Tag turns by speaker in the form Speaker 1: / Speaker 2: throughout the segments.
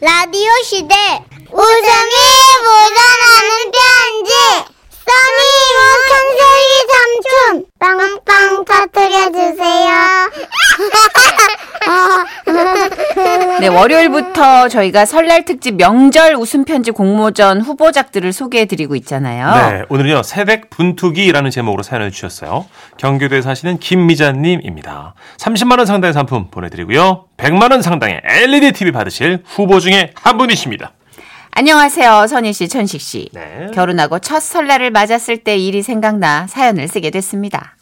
Speaker 1: 라디오 시대 웃음이 묻어나는 편지 써니 우천세기 삼촌 빵빵 터뜨려주세요
Speaker 2: 네, 월요일부터 저희가 설날 특집 명절 웃음편지 공모전 후보작들을 소개해드리고 있잖아요.
Speaker 3: 네, 오늘은요 새댁 분투기라는 제목으로 사연을 주셨어요. 경기도에 사시는 김미자님입니다. 30만 원 상당의 상품 보내드리고요, 100만 원 상당의 LED TV 받으실 후보 중에 한 분이십니다.
Speaker 2: 안녕하세요, 선희 씨, 천식 씨.
Speaker 3: 네.
Speaker 2: 결혼하고 첫 설날을 맞았을 때 일이 생각나 사연을 쓰게 됐습니다.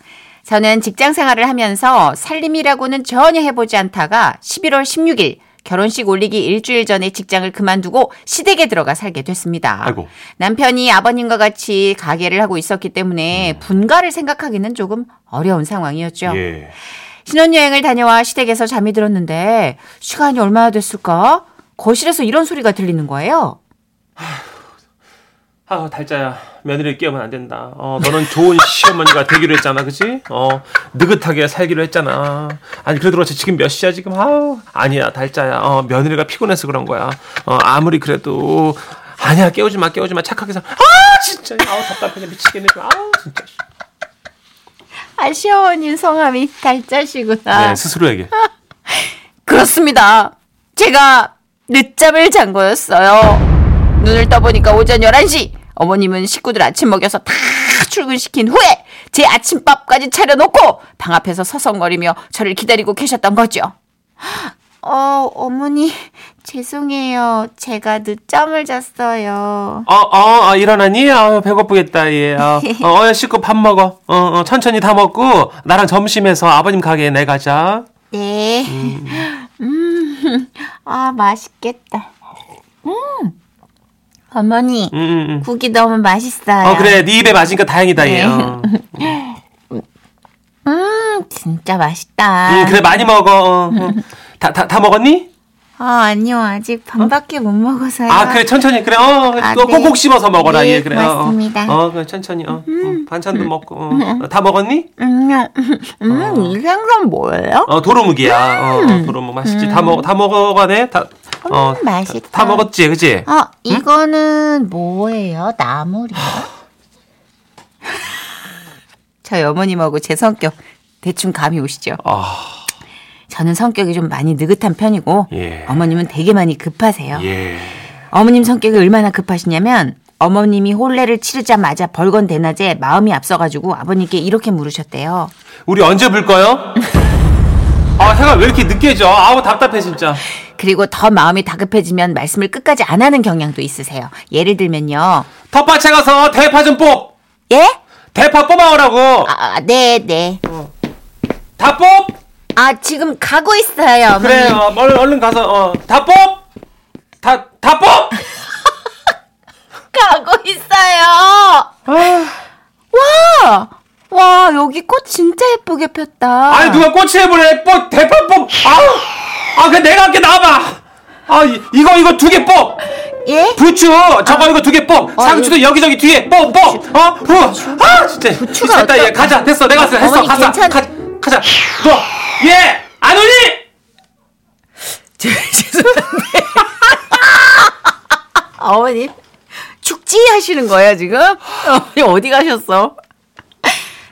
Speaker 2: 저는 직장 생활을 하면서 살림이라고는 전혀 해보지 않다가 11월 16일 결혼식 올리기 일주일 전에 직장을 그만두고 시댁에 들어가 살게 됐습니다.
Speaker 3: 아이고.
Speaker 2: 남편이 아버님과 같이 가게를 하고 있었기 때문에 분가를 생각하기는 조금 어려운 상황이었죠.
Speaker 3: 음. 예.
Speaker 2: 신혼여행을 다녀와 시댁에서 잠이 들었는데 시간이 얼마나 됐을까? 거실에서 이런 소리가 들리는 거예요.
Speaker 3: 아, 달자야. 며느리를 끼우면 안 된다. 어, 너는 좋은 시어머니가 되기로 했잖아, 그치? 어, 느긋하게 살기로 했잖아. 아니, 그래도 그렇지. 지금 몇 시야, 지금? 아우, 아니야, 달자야. 어, 며느리가 피곤해서 그런 거야. 어, 아무리 그래도. 아니야, 깨우지 마, 깨우지 마. 착하게 살. 아, 진짜. 아우, 답답해. 그냥 미치겠네. 아우, 진짜.
Speaker 2: 아, 시어머님 성함이 달짜시구나.
Speaker 3: 네, 스스로에게.
Speaker 2: 그렇습니다. 제가 늦잠을 잔 거였어요. 눈을 떠보니까 오전 11시. 어머님은 식구들 아침 먹여서 다 출근시킨 후에 제 아침밥까지 차려놓고 방 앞에서 서성거리며 저를 기다리고 계셨던 거죠. 어, 어머니, 죄송해요. 제가 늦잠을 잤어요.
Speaker 3: 어, 어, 어, 일어나니? 아, 배고프겠다, 얘. 어, 어, 야, 씻고 밥 먹어. 어, 어, 천천히 다 먹고, 나랑 점심해서 아버님 가게에 내 가자.
Speaker 2: 네. 음. 아, 맛있겠다. 음. 어머니,
Speaker 3: 음, 음, 음.
Speaker 2: 국이 너무 맛있어요.
Speaker 1: 아.
Speaker 3: 어 그래 네 입에 맞으니까 다행이다 얘. 어.
Speaker 2: 음, 진짜 맛있다.
Speaker 3: 응, 음, 그래 많이 먹어.
Speaker 2: 음.
Speaker 3: 다다 다 먹었니?
Speaker 2: 아, 아니요. 아직 반밖에 못 먹어서요.
Speaker 3: 아 그래 천천히 그래 어
Speaker 2: 아,
Speaker 3: 또
Speaker 2: 네.
Speaker 3: 꼭꼭 씹어서 먹어라
Speaker 2: 네,
Speaker 3: 얘 그래. 어,
Speaker 2: 고맙습니다.
Speaker 3: 어 그래 천천히 어 응, 반찬도 먹고 어. 다 먹었니?
Speaker 2: 음, 음, 이 생선 뭐예요?
Speaker 3: 어 도루묵이야. 어, 어, 도루묵 맛있지. 다 먹 다 먹어가네 다. 어,
Speaker 2: 음, 맛있다.
Speaker 3: 다 먹었지, 그치?
Speaker 2: 어, 이거는 뭐예요? 나물이요? 저희 어머님하고 제 성격 대충 감이 오시죠?
Speaker 3: 아,
Speaker 2: 저는 성격이 좀 많이 느긋한 편이고
Speaker 3: 예.
Speaker 2: 어머님은 되게 많이 급하세요.
Speaker 3: 예.
Speaker 2: 어머님 성격이 얼마나 급하시냐면 어머님이 혼례를 치르자마자 벌건 대낮에 마음이 앞서가지고 아버님께 이렇게 물으셨대요.
Speaker 3: 우리 언제 불 거요? 아, 해가 왜 이렇게 늦게 져? 아우, 답답해, 진짜.
Speaker 2: 그리고 더 마음이 다급해지면 말씀을 끝까지 안 하는 경향도 있으세요. 예를 들면요.
Speaker 3: 텃밭에 가서 대파 좀 뽑!
Speaker 2: 예?
Speaker 3: 대파 뽑아오라고!
Speaker 2: 아, 네, 네.
Speaker 3: 다 뽑!
Speaker 2: 아, 지금 가고 있어요. 어머니.
Speaker 3: 그래, 어, 얼른, 얼른 가서, 어, 다 뽑! 다, 다 뽑!
Speaker 2: 가고 있어요. 와! 와, 여기 꽃 진짜 예쁘게 폈다.
Speaker 3: 아니, 누가 꼬치 해보래? 뽑, 대파 뽑! 아우! 아, 그 내가 할게, 나와봐! 아, 이, 이거, 이거 두 개 뽑!
Speaker 2: 예?
Speaker 3: 부추! 저거 이거 두 개 뽑!
Speaker 2: 아,
Speaker 3: 상추도 여기저기 뒤에 뽑, 뽑! 어? 후! 아, 진짜.
Speaker 2: 부추가
Speaker 3: 미쳤다, 얘.
Speaker 2: 어떤-
Speaker 3: 가자, 됐어, 내가 했어, 했어,
Speaker 2: 어머니,
Speaker 3: 가자,
Speaker 2: 괜찮-
Speaker 3: 가, 가자. 너! 예! 안 오니!
Speaker 2: 죄송한데. 어머님, 죽지 하시는 거예요, 지금? 어머니, 어디 가셨어?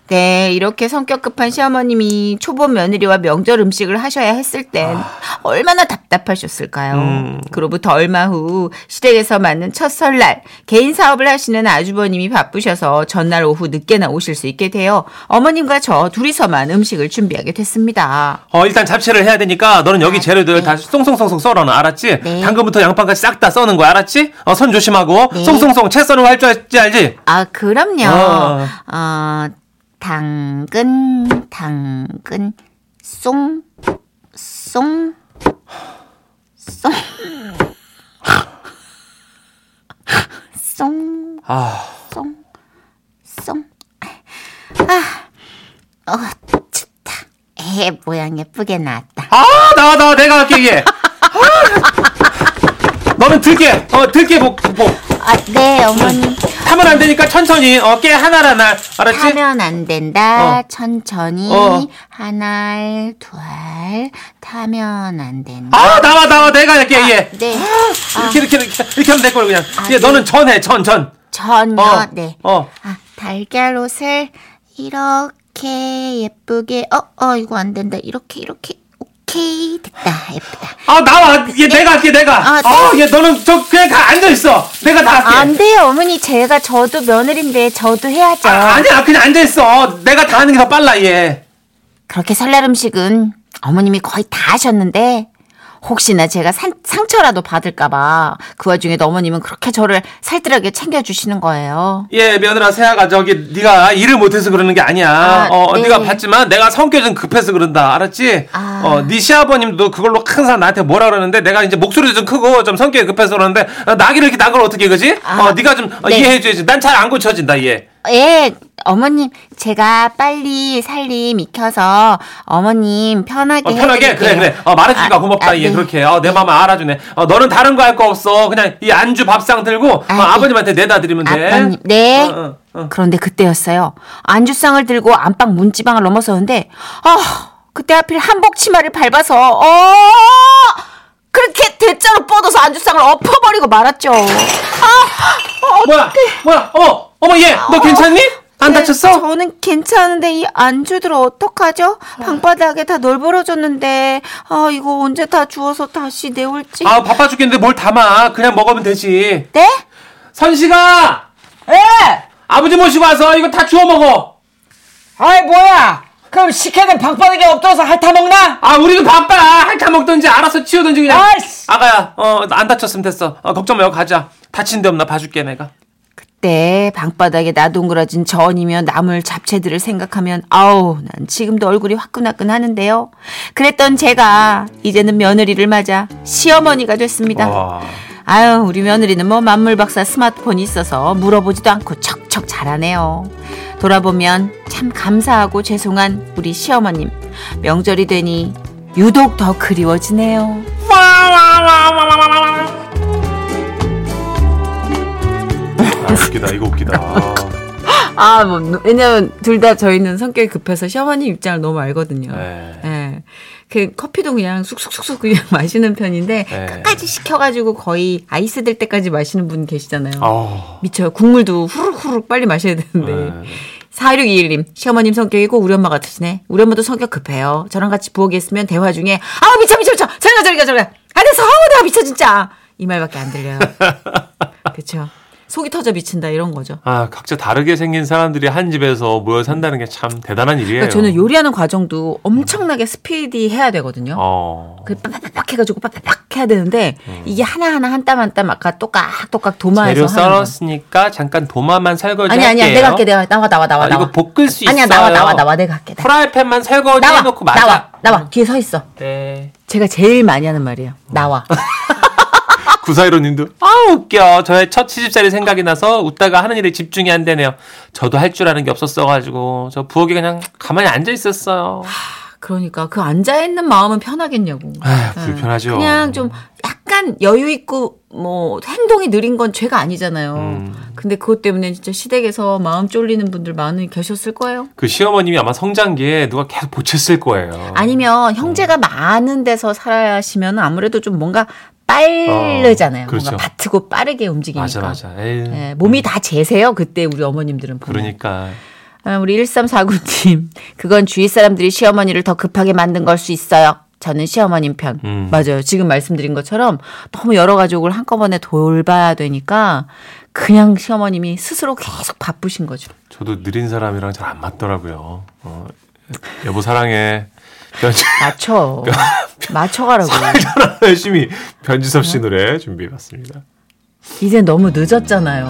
Speaker 2: 네, 이렇게 성격 급한 시어머님이 초보 며느리와 명절 음식을 하셔야 했을 땐 얼마나 답답하셨을까요? 그로부터 얼마 후 시댁에서 맞는 첫 설날 개인 사업을 하시는 아주버님이 바쁘셔서 전날 오후 늦게나 오실 수 있게 되어 어머님과 저 둘이서만 음식을 준비하게 됐습니다.
Speaker 3: 어 일단 잡채를 해야 되니까 너는 여기
Speaker 2: 아,
Speaker 3: 재료들
Speaker 2: 네.
Speaker 3: 다 송송송송 썰어놔 알았지?
Speaker 2: 네.
Speaker 3: 당근부터 양파까지 싹 다 써는 거야 알았지? 어 손 조심하고
Speaker 2: 네.
Speaker 3: 송송송 채 써는 거 할 줄 알지 알지?
Speaker 2: 아, 그럼요.
Speaker 3: 어.
Speaker 2: 어, 당근, 당근, 송, 송, 송. 송,
Speaker 3: 아
Speaker 2: 송, 송. 아, 어, 좋다. 에, 모양 예쁘게 나왔다.
Speaker 3: 아, 나와 나와 내가 할게 얘. 아,
Speaker 4: 너는 들깨 어 들깨 볶고
Speaker 2: 아, 네, 어머니.
Speaker 4: 하면 안 되니까 천천히 어깨 하나 하나 알았지?
Speaker 2: 하면 안 된다.
Speaker 4: 어.
Speaker 2: 천천히.
Speaker 4: 어.
Speaker 2: 한 알, 두 알 타면 안 된다.
Speaker 4: 아 나와 나와 내가 할게 얘
Speaker 2: 네.
Speaker 4: 이렇게 이렇게 이렇게 이렇게 하면 될 걸 그냥
Speaker 2: 아,
Speaker 4: 얘
Speaker 2: 네.
Speaker 4: 너는 전해 전전
Speaker 2: 전혀,
Speaker 4: 어,
Speaker 2: 네.
Speaker 4: 어.
Speaker 2: 아, 달걀 옷을 이렇게 예쁘게, 어, 어, 이거 안 된다. 이렇게, 이렇게. 오케이. 됐다. 예쁘다.
Speaker 4: 아 나와 얘 내가 할게 내가
Speaker 2: 아, 네.
Speaker 4: 어얘 너는 저 그냥 가 앉아 네. 있어 내가 다 할게
Speaker 2: 안 돼요, 어머니. 제가 저도 며느리인데 저도 해야죠.
Speaker 4: 아, 아니야 그냥 앉아 있어 내가 다 하는 게 더 빨라 얘
Speaker 2: 그렇게 설날 음식은 어머님이 거의 다 하셨는데 혹시나 제가 산- 상처라도 받을까봐 그 와중에도 어머님은 그렇게 저를 살뜰하게 챙겨주시는 거예요.
Speaker 4: 예, 며느라 세아가 저기 네가 일을 못해서 그러는 게 아니야.
Speaker 2: 아,
Speaker 4: 어,
Speaker 2: 네.
Speaker 4: 네. 가 봤지만 내가 성격이 좀 급해서 그런다. 알았지?
Speaker 2: 아.
Speaker 4: 어, 네 시아버님도 그걸로 항상 나한테 뭐라 그러는데 내가 이제 목소리도 좀 크고 좀 성격이 급해서 그러는데 어, 나기를 이렇게 난걸 어떻게 그지?
Speaker 2: 아.
Speaker 4: 어, 네가 좀 어,
Speaker 2: 네.
Speaker 4: 이해해줘야지. 난 잘 안 고쳐진다 얘.
Speaker 2: 예, 어머님, 제가 빨리 살림 익혀서 어머님 편하게.
Speaker 4: 어, 편하게 그래
Speaker 2: 해드릴게요.
Speaker 4: 그래. 어, 말해주니까
Speaker 2: 네, 아,
Speaker 4: 고맙다
Speaker 2: 아,
Speaker 4: 얘.
Speaker 2: 네.
Speaker 4: 그렇게 어, 내 마음을 알아주네. 어, 너는 다른 거 할 거 없어. 그냥 이 안주 밥상 들고
Speaker 2: 아,
Speaker 4: 아,
Speaker 2: 네.
Speaker 4: 버님한테 내다 드리면 돼.
Speaker 2: 아빠님, 네.
Speaker 4: 어, 어, 어.
Speaker 2: 그런데 그때였어요. 안주상을 들고 안방 문지방을 넘어서는데, 아, 그때 하필 한복 치마를 밟아서, 어, 그렇게 대자로 뻗어서 안주상을 엎어버리고 말았죠. 아, 어,
Speaker 4: 뭐야 뭐야 어머 어머 얘 너 괜찮니? 안 다쳤어?
Speaker 5: 네,
Speaker 2: 저는 괜찮은데 이 안주들 어떡하죠? 방바닥에 다 널브러졌는데, 아, 이거 언제 다 주워서 다시 내올지.
Speaker 4: 아 바빠 죽겠는데 뭘 담아 그냥 먹으면 되지
Speaker 2: 네?
Speaker 4: 선씨가
Speaker 5: 예!
Speaker 4: 아버지 모시고 와서 이거 다 주워 먹어
Speaker 5: 아이 뭐야? 그럼 식혜는 방바닥에 엎드려서 핥아먹나?
Speaker 4: 아 우리도 바빠 할타 먹든지 알아서 치우든지 그냥
Speaker 5: 아이씨.
Speaker 4: 아가야 어 안 다쳤으면 됐어 어, 걱정 말고 가자 다친 데 없나 봐줄게 내가
Speaker 2: 그때 방바닥에 나동그라진 전이며 나물 잡채들을 생각하면 아우 난 지금도 얼굴이 화끈화끈하는데요. 그랬던 제가 이제는 며느리를 맞아 시어머니가 됐습니다. 아유 우리 며느리는 뭐 만물박사 스마트폰이 있어서 물어보지도 않고 척척 잘하네요. 돌아보면 참 감사하고 죄송한 우리 시어머님 명절이 되니 유독 더 그리워지네요.
Speaker 4: 아, 웃기다 이거 웃기다
Speaker 2: 아, 뭐, 노- 왜냐면 둘 다 저희는 성격이 급해서 시어머니 입장을 너무 알거든요.
Speaker 4: 네.
Speaker 2: 예. 그 커피도 그냥 쑥쑥쑥쑥 그냥 마시는 편인데
Speaker 4: 네.
Speaker 2: 끝까지 시켜가지고 거의 아이스 될 때까지 마시는 분 계시잖아요.
Speaker 4: 아 네.
Speaker 2: 미쳐요. 국물도 후루룩후루룩 빨리 마셔야
Speaker 3: 네.
Speaker 2: 되는데. 4621님, 시어머님 성격이 고 우리 엄마 같으시네. 우리 엄마도 성격 급해요. 저랑 같이 부엌에 있으면 대화 중에, 아우, 미쳐, 미쳐, 미쳐! 저리 가, 저리 가, 저리 가! 안 돼서, 아우, 내가 미쳐, 진짜! 이 말밖에 안 들려요. 그쵸. 속이 터져 미친다, 이런 거죠.
Speaker 3: 아, 각자 다르게 생긴 사람들이 한 집에서 모여 산다는 게 참 대단한 일이에요.
Speaker 2: 그러니까 저는 요리하는 과정도 엄청나게 스피디 해야 되거든요.
Speaker 3: 어.
Speaker 2: 그 빠빠박 해가지고 빠빠박 해야 되는데 이게 하나 하나 한 땀 한 땀 아까 똑깍똑깍 도마에서
Speaker 3: 재료
Speaker 2: 하는 거.
Speaker 3: 썰었으니까 잠깐 도마만 설거지
Speaker 2: 아니 아니야
Speaker 3: 할게요.
Speaker 2: 내가 할게 내가 할게. 나와 나와 나와
Speaker 3: 아,
Speaker 2: 나와
Speaker 3: 이거 볶을 수
Speaker 2: 아니야
Speaker 3: 있어요.
Speaker 2: 나와 나와 나와 내가 할게 나와
Speaker 3: 프라이팬만 설거지
Speaker 2: 나와
Speaker 3: 해놓고 맞아. 음.
Speaker 2: 나와 나와 뒤에 서 있어
Speaker 3: 네.
Speaker 2: 제가 제일 많이 하는 말이에요
Speaker 3: 음.
Speaker 2: 나와
Speaker 3: 구사이로님도 아 웃겨. 저의 첫 시집살이 생각이 나서 웃다가 하는 일에 집중이 안 되네요. 저도 할 줄 아는 게 없었어가지고 저 부엌에 그냥 가만히 앉아 있었어요.
Speaker 2: 그러니까 그 앉아 있는 마음은 편하겠냐고 네.
Speaker 3: 아 불편하죠.
Speaker 2: 그냥 좀 약간 여유 있고 뭐 행동이 느린 건 죄가 아니잖아요
Speaker 3: 음.
Speaker 2: 근데 그것 때문에 진짜 시댁에서 마음 쫄리는 분들 많이 계셨을 거예요
Speaker 3: 그 시어머님이 아마 성장기에 누가 계속 보챘을 거예요.
Speaker 2: 아니면
Speaker 3: 어.
Speaker 2: 형제가 많은 데서 살아시면 아무래도 좀 뭔가 빠르잖아요.
Speaker 3: 어, 그렇죠.
Speaker 2: 뭔가 바트고 빠르게 움직이니까.
Speaker 3: 맞아 맞아. 에이,
Speaker 2: 예, 몸이 다 재세요. 그때 우리 어머님들은 보면.
Speaker 3: 그러니까
Speaker 2: 아, 우리 1349님. 그건 주위 사람들이 시어머니를 더 급하게 만든 걸 수 있어요. 저는 시어머님 편.
Speaker 3: 음.
Speaker 2: 맞아요. 지금 말씀드린 것처럼 너무 여러 가족을 한꺼번에 돌봐야 되니까 그냥 시어머님이 스스로 계속 바쁘신 거죠.
Speaker 3: 저도 느린 사람이랑 잘 안 맞더라고요. 어, 여보 사랑해. 변지
Speaker 2: 맞춰. 맞춰가라고.
Speaker 3: 열심히 변지섭 씨 노래 준비해봤습니다.
Speaker 2: 이제 너무 늦었잖아요.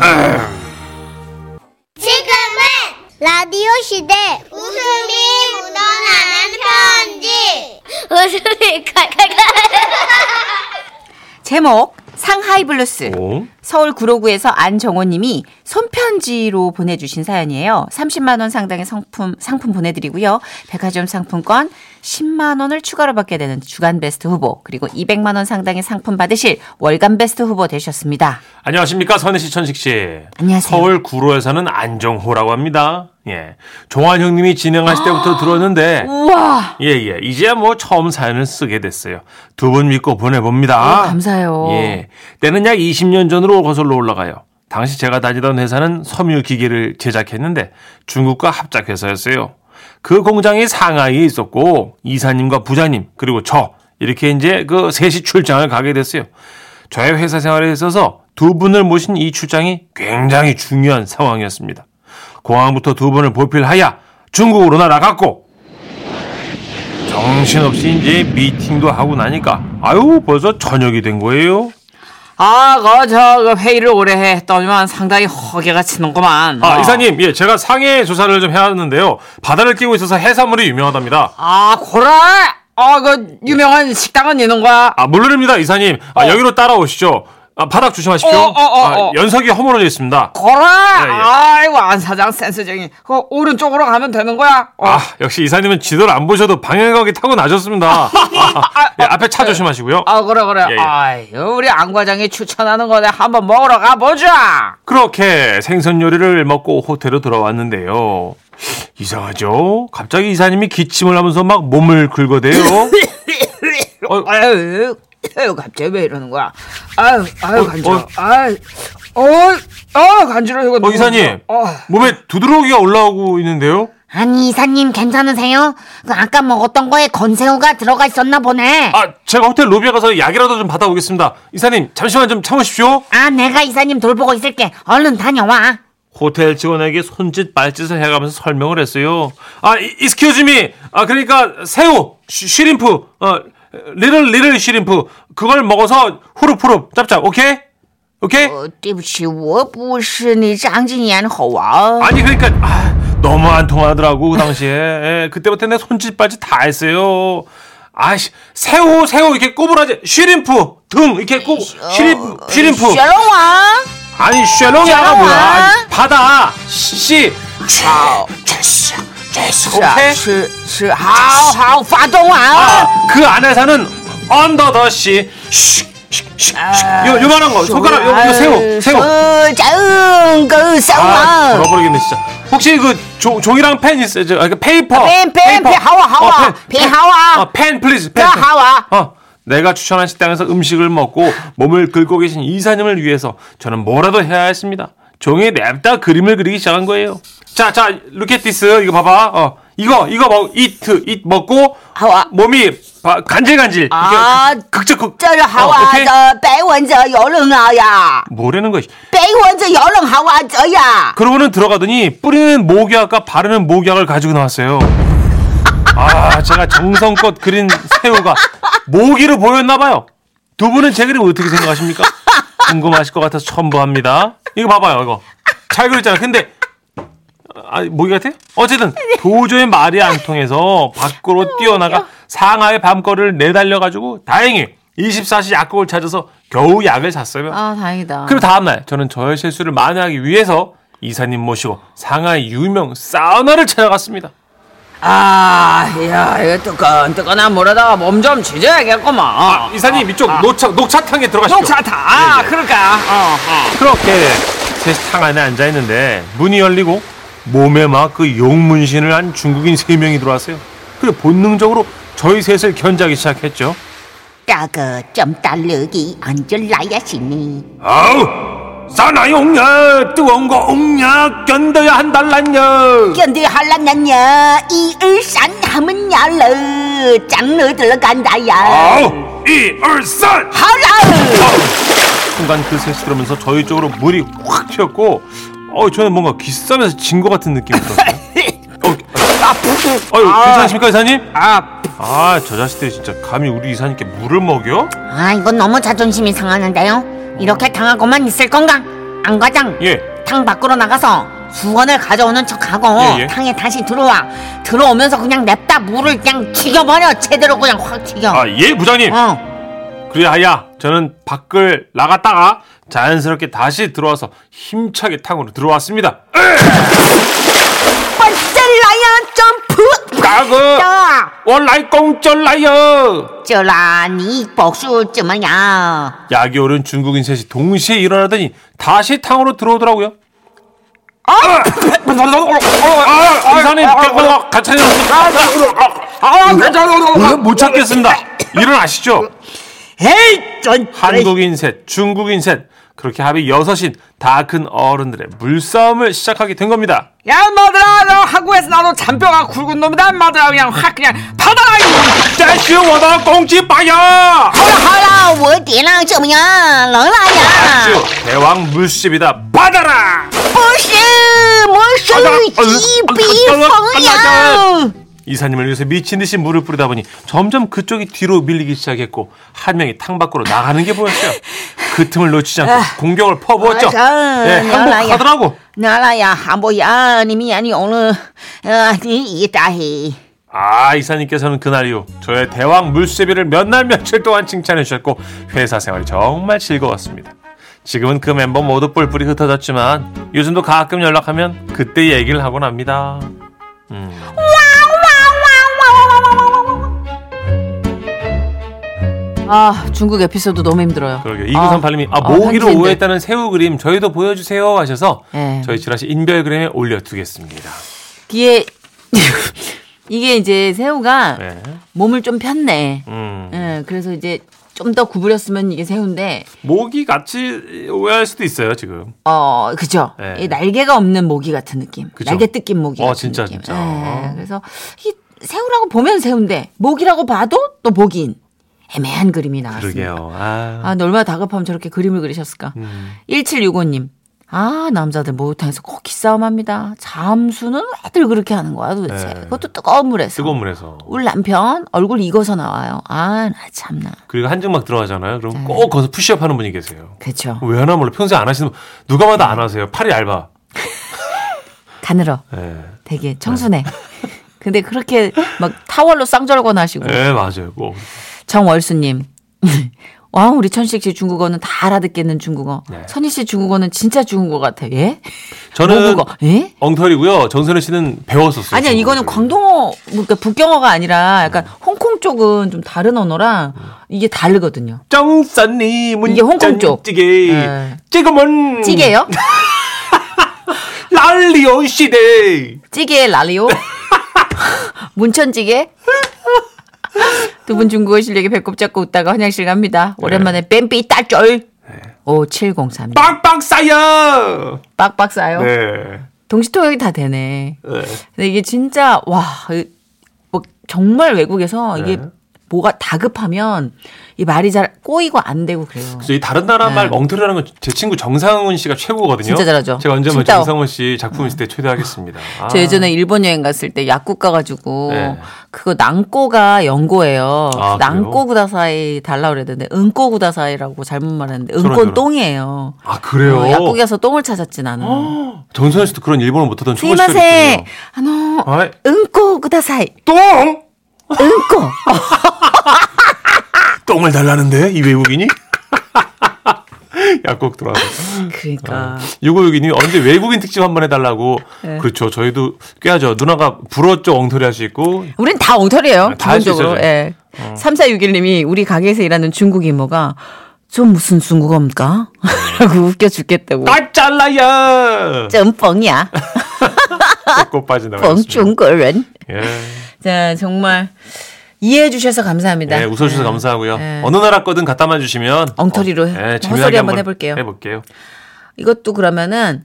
Speaker 6: 지금은 라디오 시대 웃음이 묻어나는 편지 웃음이 칼칼칼
Speaker 2: 제목 상하이 블루스
Speaker 3: 오.
Speaker 2: 서울 구로구에서 안정호님이 손편지로 보내주신 사연이에요. 30만 원 상당의 상품 상품 보내드리고요. 백화점 상품권 10만 원을 추가로 받게 되는 주간 베스트 후보 그리고 200만 원 상당의 상품 받으실 월간 베스트 후보 되셨습니다.
Speaker 3: 안녕하십니까 선혜 씨, 천식 씨.
Speaker 2: 안녕하세요.
Speaker 3: 서울 구로에서는 안정호라고 합니다. 예, 종환 형님이 진행하실 때부터 들었는데,
Speaker 2: 우와
Speaker 3: 예, 예, 이제야 뭐 처음 사연을 쓰게 됐어요. 두 분 믿고 보내봅니다.
Speaker 2: 오, 어, 감사해요.
Speaker 3: 예, 때는 약 20년 전으로 거슬러 올라가요. 당시 제가 다니던 회사는 섬유 기계를 제작했는데 중국과 합작 회사였어요. 그 공장이 상하이에 있었고 이사님과 부장님 그리고 저 이렇게 이제 그 셋이 출장을 가게 됐어요. 저의 회사 생활에 있어서 두 분을 모신 이 출장이 굉장히 중요한 상황이었습니다. 공항부터 두 분을 보필하여 중국으로 날아갔고 정신없이 이제 미팅도 하고 나니까 아유 벌써 저녁이 된 거예요.
Speaker 5: 아, 그, 저, 그 회의를 오래 했더니만 상당히 허개가 치는구만.
Speaker 3: 아,
Speaker 5: 어.
Speaker 3: 이사님, 예, 제가 상해 조사를 좀 해왔는데요. 바다를 끼고 있어서 해산물이 유명하답니다.
Speaker 5: 아, 고라! 아, 그, 유명한
Speaker 3: 네.
Speaker 5: 식당은 있는 거야?
Speaker 3: 아, 물론입니다, 이사님. 아, 여기로 따라오시죠. 아, 바닥 조심하십시오.
Speaker 5: 어, 어, 어,
Speaker 3: 아,
Speaker 5: 어.
Speaker 3: 연석이 허물어져 있습니다.
Speaker 5: 고라!
Speaker 3: 예, 예.
Speaker 5: 아이고, 안 사장 센스쟁이. 그, 오른쪽으로 가면 되는 거야? 어.
Speaker 3: 아, 역시 이사님은 지도를 안 보셔도 방향각이 타고 나셨습니다. 아, 예, 앞에 차 조심하시고요.
Speaker 5: 아, 그래, 그래.
Speaker 3: 예, 예.
Speaker 5: 아유, 우리 안 과장이 추천하는 거네. 한번 먹으러 가보자!
Speaker 3: 그렇게 생선 요리를 먹고 호텔로 돌아왔는데요. 이상하죠? 갑자기 이사님이 기침을 하면서 막 몸을 긁어대요. 어.
Speaker 5: 아유, 아유, 갑자기 왜 이러는 거야? 아유, 아유,
Speaker 3: 어,
Speaker 5: 간지러.
Speaker 3: 어.
Speaker 5: 워 아유, 어, 아, 간지러. 워 이거
Speaker 3: 어,
Speaker 5: 너무
Speaker 3: 이사님.
Speaker 5: 간지러워.
Speaker 3: 몸에 두드러기가 올라오고 있는데요.
Speaker 6: 아니 이사님 괜찮으세요? 그 아까 먹었던 거에 건새우가 들어가 있었나 보네.
Speaker 3: 아, 제가 호텔 로비에 가서 약이라도 좀 받아오겠습니다. 이사님, 잠시만 좀 참으십시오.
Speaker 6: 아 내가 이사님 돌보고 있을게. 얼른 다녀와.
Speaker 3: 호텔 직원에게 손짓 발짓을 해가면서 설명을 했어요. 아, 이스큐즈미. 아, 그러니까 새우, 쉬- 쉬림프, 어, 리를 리를 쉬림프. 그걸 먹어서 후룩후룩 짭짭. 오케이? 오케이?
Speaker 2: 呃，对不起，我不是你张金岩猴王。
Speaker 3: 아니 그러니까 아, 너무 안 통하더라고 그 당시에 예, 그때부터 내 손짓발짓 다 했어요. 아씨 새우 새우 이렇게 꼬부라지 쉬림프 등 이렇게 꼬 쉬림 쉬림프 쉐롱아 아니 쉐롱이야 뭐야 아니, 바다 씨 촤, 촤, 촤, 오케이
Speaker 5: 是是，好好发动啊！
Speaker 3: 아, 그 안에서는 언더 더씨 요 요만한 거 손가락 요, 요 새우 새우
Speaker 2: 작은 그
Speaker 3: 아,
Speaker 2: 상황.
Speaker 3: 돌아버리겠네 진짜. 혹시 그 조, 종이랑 펜 있어요? 저, 아, 그 페이퍼.
Speaker 2: 펜, 펜,
Speaker 3: 페이퍼.
Speaker 2: 펜, 하와, 하와.
Speaker 3: 어,
Speaker 2: 펜, 하와.
Speaker 3: 어, 펜, 플리즈. 펜.
Speaker 2: 자
Speaker 3: 펜.
Speaker 2: 하와.
Speaker 3: 어, 내가 추천한 식당에서 음식을 먹고 몸을 긁고 계신 이사님을 위해서 저는 뭐라도 해야 했습니다. 종이에 냅다 그림을 그리기 시작한 거예요. 자, 자, 루켓디스 이거 봐봐. 어, 이거, 이거 먹, 이트, 이 먹고
Speaker 2: 하와.
Speaker 3: 몸이 바- 간질간질.
Speaker 2: 아,
Speaker 3: 이게 극- 극적 극.
Speaker 2: 这是好
Speaker 3: 어
Speaker 2: 啊，
Speaker 3: 오케이?
Speaker 2: 这白蚊子有人咬呀，
Speaker 3: 뭐라는 거야?
Speaker 2: 白蚊子有人好啊，这呀。
Speaker 3: 그러고는 들어가더니 뿌리는 모기약과 바르는 모기약을 가지고 나왔어요. 아, 제가 정성껏 그린 새우가 모기로 보였나 봐요. 두 분은 제 그림 어떻게 생각하십니까? 궁금하실 것 같아서 첨부합니다. 이거 봐봐요, 이거. 잘 그렸잖아. 근데 아, 모기 같아? 어쨌든 도저히 말이 안 통해서 밖으로 뛰어나가 상하의 밤거리를 내달려가지고 다행히 24시 약국을 찾아서 겨우 약을 샀어요.
Speaker 2: 아 다행이다.
Speaker 3: 그리고 다음날 저는 저의 실수를 만회하기 위해서 이사님 모시고 상하이 유명 사우나를 찾아갔습니다.
Speaker 5: 아, 야, 이거 뜨끈 뜨끈한 물에다가 몸 좀 지져야겠구만.
Speaker 3: 아, 이사님 이쪽 녹차, 녹차탕에 들어가시죠.
Speaker 5: 녹차타. 아, 그럴까? 어, 어.
Speaker 3: 그렇게 네. 제탕 안에 앉아있는데 문이 열리고 몸에 막 그 용문신을 한 중국인 세명이 들어왔어요. 그리고 본능적으로 저희 셋을 견제하기 시작했죠.
Speaker 1: 따가 좀 따르기 앉을라야 시니
Speaker 3: 아우! 사나이 옹야 뜨거운 거 옹야 견뎌야 한달란요
Speaker 1: 견디 할라냐냐 이을산 하면야르 장르 들어간다야
Speaker 3: 아우! 이, 얼, 쌀!
Speaker 1: 하라
Speaker 3: 순간 그 셋이 들으면서 저희 쪽으로 물이 확 튀었고 어 저는 뭔가 기싸면서 진 것 같은 느낌이 들었어요. 어, 아유 괜찮으십니까 이사님?
Speaker 5: 아,
Speaker 3: 아 저 자식들이 진짜 감히 우리 이사님께 물을 먹여?
Speaker 1: 아 이건 너무 자존심이 상하는데요 이렇게 당하고만 있을 건가 안 과장
Speaker 3: 예.
Speaker 1: 탕 밖으로 나가서 수건을 가져오는 척하고
Speaker 3: 예, 예.
Speaker 1: 탕에 다시 들어와 들어오면서 그냥 냅다 물을 그냥 튀겨버려 제대로 그냥 확 튀겨
Speaker 3: 아 예 부장님.
Speaker 1: 어
Speaker 3: 그래야 저는 밖을 나갔다가 자연스럽게 다시 들어와서 힘차게 탕으로 들어왔습니다. 아, 까그 원라이 꽁쩔라이어
Speaker 1: 쩌라니 복수 쩌마야
Speaker 3: 약이 오른 중국인 셋이 동시에 일어나더니 다시 탕으로 들어오더라고요. 아! 이사님 같이
Speaker 5: 아! 괜찮아.
Speaker 3: 음,
Speaker 5: 아!
Speaker 3: 못 찾겠습니다. 일어나시죠.
Speaker 5: 헤이, 전
Speaker 3: 한국인 셋, 중국인 셋, 그렇게 합이 여섯인 다 큰 어른들의 물싸움을 시작하게 된 겁니다.
Speaker 5: 야, 마들아, 너 한국에서 나도 잔뼈가 굵은 놈이다, 마들아, 그냥 확 그냥 받아라. 이거.
Speaker 3: 대신 워다 꽁지 빠야!
Speaker 1: 好了好了我点了怎么样能来呀
Speaker 3: 아주 대왕 물씹이다 받아라!
Speaker 1: 不是魔术级比风扬
Speaker 3: 이사님을 위해서 미친 듯이 물을 뿌리다 보니 점점 그쪽이 뒤로 밀리기 시작했고 한 명이 탕 밖으로 나가는 게 보였어요. 그 틈을 놓치지 않고 공격을 퍼부었죠.
Speaker 2: 아. 아이고,
Speaker 3: 예, 항복하더라고.
Speaker 2: 拿来呀，韩伯
Speaker 1: 아,
Speaker 2: 呀，你们眼里红了，呃，你一大黑。
Speaker 3: 아 이사님께서는 그날 이후 저의 대왕 물세비를 몇 날 며칠 동안 칭찬해 주셨고 회사 생활이 정말 즐거웠습니다. 지금은 그 멤버 모두 뿔뿔이 흩어졌지만 요즘도 가끔 연락하면 그때 얘기를 하곤 합니다.
Speaker 2: 아 중국 에피소드 너무 힘들어요.
Speaker 3: 그러게요. 2938님이 아, 모기로
Speaker 2: 현지인들.
Speaker 3: 오해했다는 새우 그림 저희도 보여주세요 하셔서
Speaker 2: 예.
Speaker 3: 저희 지라시 인별그램에 올려두겠습니다.
Speaker 2: 이게 이게 이제 새우가
Speaker 3: 네.
Speaker 2: 몸을 좀 폈네.
Speaker 3: 음.
Speaker 2: 예, 그래서 이제 좀 더 구부렸으면 이게 새우인데
Speaker 3: 모기 같이 오해할 수도 있어요 지금.
Speaker 2: 어 그죠?
Speaker 3: 예.
Speaker 2: 이 날개가 없는 모기 같은 느낌.
Speaker 3: 그죠.
Speaker 2: 날개 뜯긴 모기.
Speaker 3: 어,
Speaker 2: 같은
Speaker 3: 진짜,
Speaker 2: 느낌.
Speaker 3: 진짜.
Speaker 2: 예, 그래서 이 새우라고 보면 새우인데 모기라고 봐도 또 모기인 애매한 그림이 나왔습니다.
Speaker 3: 그러게요. 음. 아,
Speaker 2: 아, 근데 얼마나 다급하면 저렇게 그림을 그리셨을까. 1765님. 아, 남자들 목욕탕에서 꼭 기싸움합니다. 잠수는 왜들 그렇게 하는 거야 도대체.
Speaker 3: 네.
Speaker 2: 그것도 뜨거운 물에서.
Speaker 3: 뜨거운 물에서
Speaker 2: 우리 남편 얼굴 익어서 나와요. 아, 나 참나.
Speaker 3: 그리고 한증막 들어가잖아요. 그럼
Speaker 2: 네.
Speaker 3: 꼭 거기서 푸시업 하는 분이 계세요.
Speaker 2: 그렇죠.
Speaker 3: 왜 하나 몰라. 평소에 안 하시는 분 누가 봐도 안 하세요. 팔이 얇아.
Speaker 2: 가늘어.
Speaker 3: 예.
Speaker 2: 되게 청순해. 근데 그렇게 막 타월로 쌍절곤 하시고.
Speaker 3: 예, 맞아요. 꼭.
Speaker 2: 정월수님. 와, 우리 천식 씨 중국어는 다 알아듣겠는 중국어.
Speaker 3: 네.
Speaker 2: 선희 씨 중국어는 진짜 중국어 같아. 예?
Speaker 3: 저는
Speaker 2: 모국어. 예?
Speaker 3: 엉터리고요. 정선우 씨는 배웠었어요.
Speaker 2: 아니야
Speaker 3: 지금.
Speaker 2: 이거는 광동어 그러니까 북경어가 아니라
Speaker 3: 네.
Speaker 2: 약간 홍콩 쪽은 좀 다른
Speaker 3: 음.
Speaker 2: 언어라 이게 다르거든요.
Speaker 3: 정선이 문
Speaker 2: 이게 홍콩 쪽.
Speaker 3: 찌개.
Speaker 2: 예.
Speaker 3: 지금은
Speaker 2: 찌개요?
Speaker 3: 랄리오 시대.
Speaker 2: 찌개 라리오 문천찌개 두 분 중국어 실력이 배꼽 잡고 웃다가 화장실 갑니다.
Speaker 3: 네.
Speaker 2: 오랜만에 뺨삐 따쫄 5703
Speaker 3: 빡빡 쌓여.
Speaker 2: 빡빡 싸요.
Speaker 3: 네.
Speaker 2: 동시통역이 다 되네.
Speaker 3: 네.
Speaker 2: 근데 이게 진짜 그, 와뭐 정말 외국에서 이게
Speaker 3: 네.
Speaker 2: 뭐가 다급하면 이 말이 잘 꼬이고 안 되고 그래요.
Speaker 3: 그래서 이 다른 나라 말 엉터리라는 건 제 친구 정상훈 씨가 최고거든요.
Speaker 2: 진짜 잘하죠.
Speaker 3: 제가 언제 한번
Speaker 2: 진짜.
Speaker 3: 정상훈 씨 작품 있을 때 초대하겠습니다. 아.
Speaker 2: 저 예전에 일본 여행 갔을 때 약국 가가지고
Speaker 3: 네.
Speaker 2: 그거 난꼬가 연고예요.
Speaker 3: 아, 그래요?
Speaker 2: 난꼬 구다사이 달라 그랬는데 은꼬 구다사이라고 잘못 말했는데
Speaker 3: 저런,
Speaker 2: 은꼬는
Speaker 3: 저런.
Speaker 2: 똥이에요.
Speaker 3: 아 그래요.
Speaker 2: 어, 약국에서 똥을 찾았진 않아.
Speaker 3: 정선우 씨도 그런 일본어 못하던 초보 시절이군요.
Speaker 2: 스이마세 아노
Speaker 3: 아이.
Speaker 2: 은꼬 구다사이
Speaker 3: 똥!
Speaker 2: 은꼬
Speaker 3: 똥을 달라는데 이 외국인이? 약국 들어와서 아.
Speaker 2: 그러니까
Speaker 3: 유고유기님 언제 외국인 특집 한번 해달라고
Speaker 2: 네.
Speaker 3: 그렇죠 저희도 꽤하죠 누나가 불어 쪽 엉터리 할 수 있고
Speaker 2: 우린 다 엉터리예요.
Speaker 3: 아, 다할수
Speaker 2: 기본적으로.
Speaker 3: 있어요.
Speaker 2: 예. 3461님이 우리 가게에서 일하는 중국 이모가 좀 무슨 중국어입니까? 라고 웃겨 죽겠다고.
Speaker 3: 아 잘라요
Speaker 2: 좀 뻥이야.
Speaker 3: 꽃 빠진다
Speaker 2: 뻥 중국인.
Speaker 3: 예.
Speaker 2: 자, 정말 이해해 주셔서 감사합니다.
Speaker 3: 예, 웃어주셔서
Speaker 2: 네.
Speaker 3: 감사하고요
Speaker 2: 네.
Speaker 3: 어느 나라 거든 갖다만 주시면
Speaker 2: 엉터리로
Speaker 3: 어,
Speaker 2: 해-
Speaker 3: 예, 재미나게
Speaker 2: 헛소리 한번 해볼게요.
Speaker 3: 해볼게요
Speaker 2: 이것도 그러면은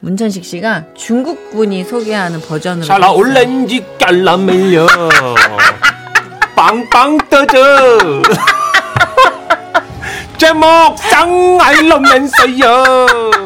Speaker 2: 문천식 씨가 중국분이 소개하는 버전으로
Speaker 3: 샬라
Speaker 2: 해주세요.
Speaker 3: 올렌지 아, 깔라멜려 빵빵 떠져 제목 쌍 아일러맨서요